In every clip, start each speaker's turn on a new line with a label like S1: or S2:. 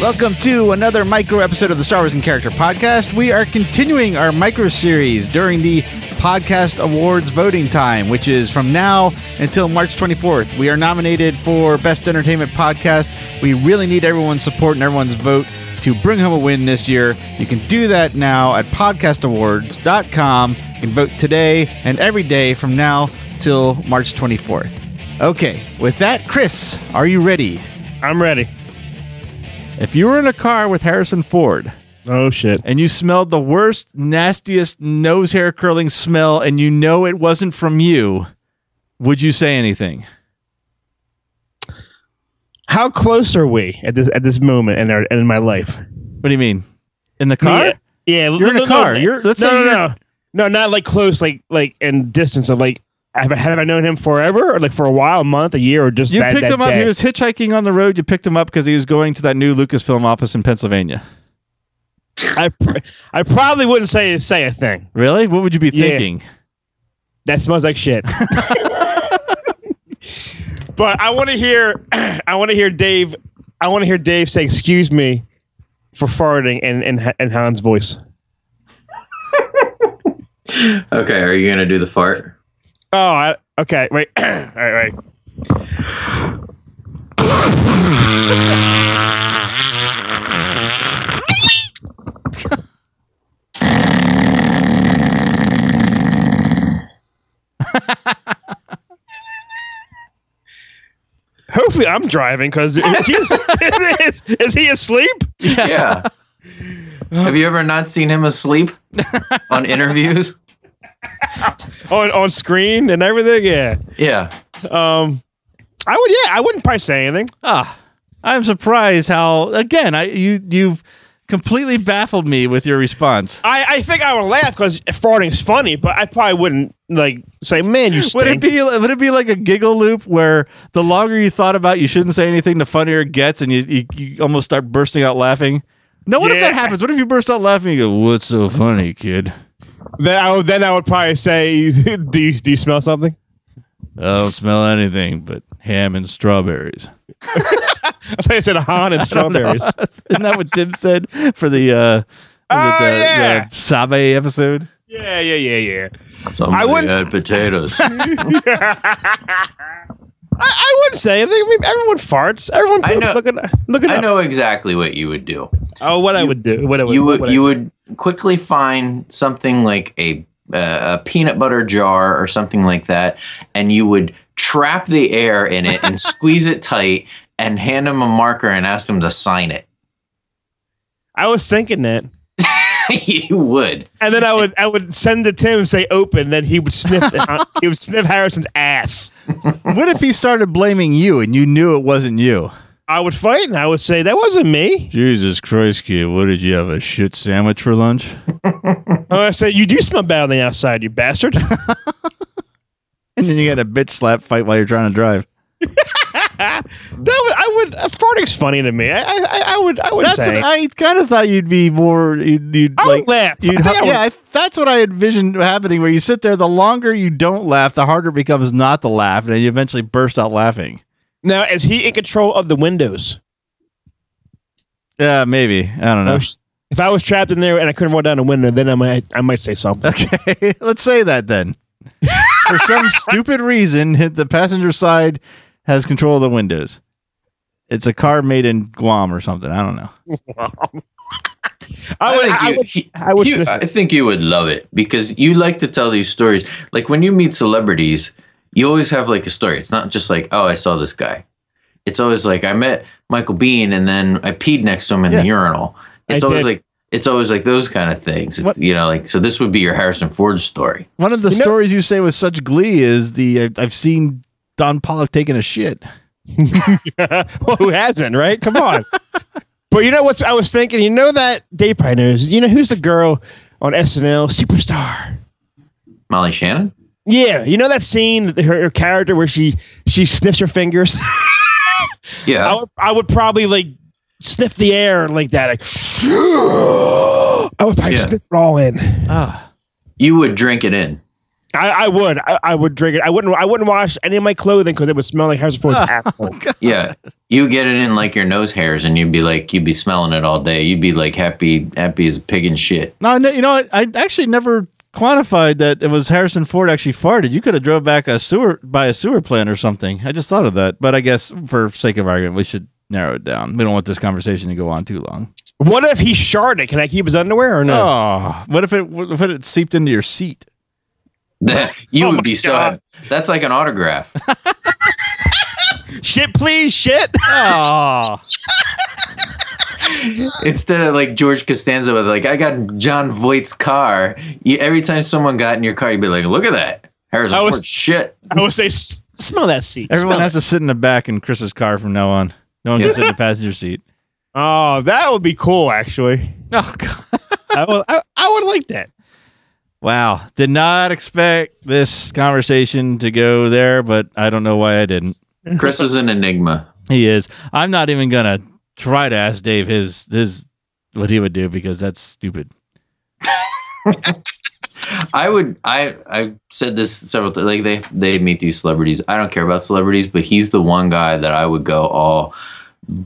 S1: Welcome to another micro episode of the Star Wars in Character podcast. We are continuing our micro series during the podcast awards voting time, which is from now until March 24th. We are nominated for Best Entertainment Podcast. We really need everyone's support and everyone's vote to bring home a win this year. You can do that now at podcastawards.com. You can vote today and every day from now till March 24th. Okay, with that, Chris, are you ready?
S2: I'm ready.
S1: If you were in a car with Harrison Ford
S2: Oh shit.
S1: and you smelled the worst, nastiest nose hair curling smell and you know it wasn't from you, would you say anything?
S2: How close are we at this at this moment in our in my life?
S1: What do you mean? In the car?
S2: Yeah. yeah
S1: You're in a car. You're- let's
S2: no,
S1: say
S2: no,
S1: you're-
S2: no, no, not like close, like like in distance of like. Have I, have I known him forever, or like for a while, a month, a year, or just
S1: You
S2: that,
S1: picked
S2: that
S1: him up.
S2: day?
S1: He was hitchhiking on the road. You picked him up because he was going to that new Lucasfilm office in Pennsylvania.
S2: I, pr- I probably wouldn't say say a thing.
S1: Really? What would you be
S2: Yeah.
S1: thinking?
S2: That smells like shit. but I want to hear, I want to hear Dave, I want to hear Dave say, "Excuse me for farting," and and and Han's voice.
S3: Okay, are you gonna do the fart?
S2: Oh, I, okay. Wait. All right. Right. Hopefully, I'm driving because is, is, is he asleep?
S3: Yeah. Have you ever not seen him asleep on interviews?
S2: On on screen and everything. Yeah.
S3: Yeah.
S2: Um. I would. Yeah. I wouldn't probably say anything.
S1: Ah, I'm surprised how again I you you've completely baffled me with your response.
S2: I, I think I would laugh because farting's funny, but I probably wouldn't like say, "Man, you
S1: Would it
S2: stink."
S1: be would it be like a giggle loop where the longer you thought about you shouldn't say anything, the funnier it gets, and you you, you almost start bursting out laughing? No, what if
S2: Yeah.
S1: that happens? What if you burst out laughing? and You go, "What's so funny, kid?
S2: then I would then I would probably say, "Do you do you smell something?"
S1: I don't smell anything but ham and strawberries."
S2: I thought you said a Han and strawberries.
S1: Isn't that what Tim said for the uh, was it
S2: Oh,
S1: the,
S2: yeah.
S1: the Sabe episode?
S2: Yeah, yeah, yeah, yeah.
S3: Somebody
S2: I wouldn't-
S3: had potatoes.
S2: I, I wouldn't say anything. I mean, everyone farts. Everyone
S3: I
S2: poops.
S3: know-
S2: Look at look at
S3: I know exactly what you would do.
S2: Oh, what I would do. What I would
S3: You
S2: what
S3: would
S2: I-
S3: you would quickly find something like a uh, a peanut butter jar or something like that, and you would trap the air in it and squeeze it tight, and hand him a marker and ask him to sign it.
S2: I was thinking that,
S3: you would.
S2: and then I would I would send it to Tim and say open. Then he would sniff. the Han- he would sniff Harrison's ass.
S1: What if he started blaming you and you knew it wasn't you?
S2: I would fight, and I would say that wasn't me.
S1: Jesus Christ, kid, what did you have a shit sandwich for lunch?
S2: Oh, I said, you do smell bad on the outside, you bastard.
S1: And then you got a bitch slap fight while you're trying to drive.
S2: that would, I would, uh, farting's funny to me. I, I, I- I would, I would
S1: That's
S2: say.
S1: what I kind of thought you'd be more you'd, you'd
S2: I
S1: like
S2: would laugh. I
S1: you'd
S2: think I
S1: hu-
S2: would-
S1: yeah, I, that's what I envisioned happening where you sit there the longer you don't laugh, the harder it becomes not to laugh and then you eventually burst out laughing.
S2: Now, is he in control of the windows?
S1: Yeah, maybe. I don't know.
S2: If I was trapped in there and I couldn't roll down a window, then I might, I might say something.
S1: Okay, let's say that then. For some stupid reason, the passenger side has control of the windows. It's a car made in Guam or something. I don't know.
S2: I would, I,
S3: think you-
S2: would,
S3: you-
S2: I would
S3: you-
S2: sniff
S3: I think you would love it because you like to tell these stories. Like when you meet celebrities, you always have like a story. It's not just like, oh, I saw this guy. It's always like I met Michael Bean and then I peed next to him in
S1: Yeah.
S3: the urinal. It's
S2: I
S3: always
S2: did.
S3: like it's always like those kind of things. It's
S1: What-
S3: you know, like so this would be your Harrison Ford story.
S1: One of the
S2: You know-
S1: stories you say with such glee is the uh, I've, I've seen Don Pollock taking a shit.
S2: well, who hasn't, right? Come on. but you know what's, I was thinking, you know that Dave probably knows, you know, who's the girl on SNL? Superstar.
S3: Molly Shannon?
S2: Yeah, you know that scene, that her, her character where she she sniffs her fingers.
S3: Yeah.
S2: I would, I would probably like sniff the air like that. Like, I would probably
S3: Yeah.
S2: sniff it all in.
S1: Ah,
S3: you would drink it in.
S2: I, I would. I, I would drink it. I wouldn't. I wouldn't wash any of my clothing because it would smell like Harrison Ford's asshole.
S3: Yeah, you get it in like your nose hairs, and you'd be like, you'd be smelling it all day. You'd be like happy, happy as a pig in shit.
S1: No, I kn- you know, what? I actually never quantified that it was Harrison Ford actually farted. You could have drove back a sewer by a sewer plant or something. I just thought of that, but I guess for sake of argument, we should narrow it down. We don't want this conversation to go on too long.
S2: What if he sharded? Can I keep his underwear or no?
S1: Oh, what if it what if it seeped into your seat?
S3: you
S2: Oh my
S3: would be so
S2: God.
S3: happy. That's like an autograph.
S2: Shit, please, shit.
S1: Oh,
S3: Instead of like George Costanza with like, I got John Voight's car. You, every time someone got in your car, you'd be like, look at that. Harrison
S2: I
S3: Ford
S2: was-
S3: shit.
S2: I would say, "S- smell that seat.
S1: everyone
S2: Smell
S1: has to sit in the back in Chris's car from now on. No one gets in the passenger seat.
S2: it." Oh, that would be cool. Actually,
S1: Oh God!
S2: I would. I, I would like that.
S1: Wow, did not expect this conversation to go there, but I don't know why I didn't.
S3: Chris is an enigma.
S1: He is. I'm not even gonna try to ask Dave his his what he would do because that's stupid.
S3: I would. I I said this several times. Like they they meet these celebrities. I don't care about celebrities, but he's the one guy that I would go all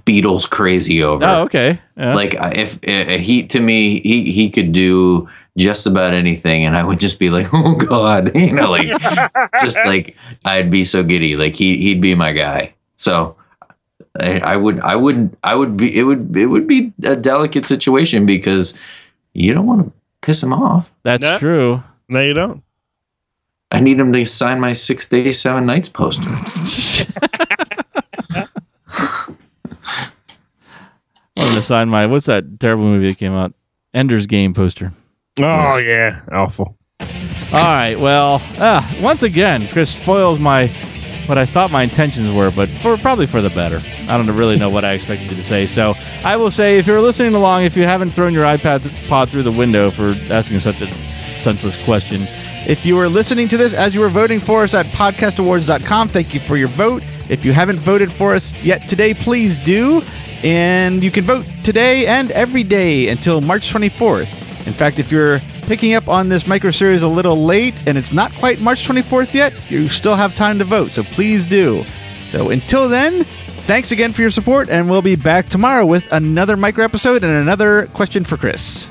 S3: Beatles crazy over.
S1: Oh, okay. Yeah.
S3: Like I- if, if he to me he he could do just about anything, and I would just be like, oh god, you know, like just like I'd be so giddy. Like he he'd be my guy. So. I, I would, I would, I would be. It would, it would be a delicate situation because you don't want to piss him off.
S1: that's
S2: No.
S1: true.
S2: No, you don't.
S3: I need him to sign my six days, seven nights poster.
S1: I'm gonna sign my what's that terrible movie that came out? Ender's Game poster.
S2: Oh yeah, awful.
S1: All right. Well, uh, once again, Chris spoils my what I thought my intentions were, but for probably for the better. I don't really know what I expected you to say. So I will say, if you're listening along, if you haven't thrown your iPad pod through the window for asking such a senseless question, if you were listening to this as you were voting for us at podcastawards.com, thank you for your vote. If you haven't voted for us yet today, please do. And you can vote today and every day until March 24th. In fact, if you're picking up on this micro series a little late and it's not quite March 24th yet, you still have time to vote, so please do. So until then, thanks again for your support, and we'll be back tomorrow with another micro episode and another question for Chris.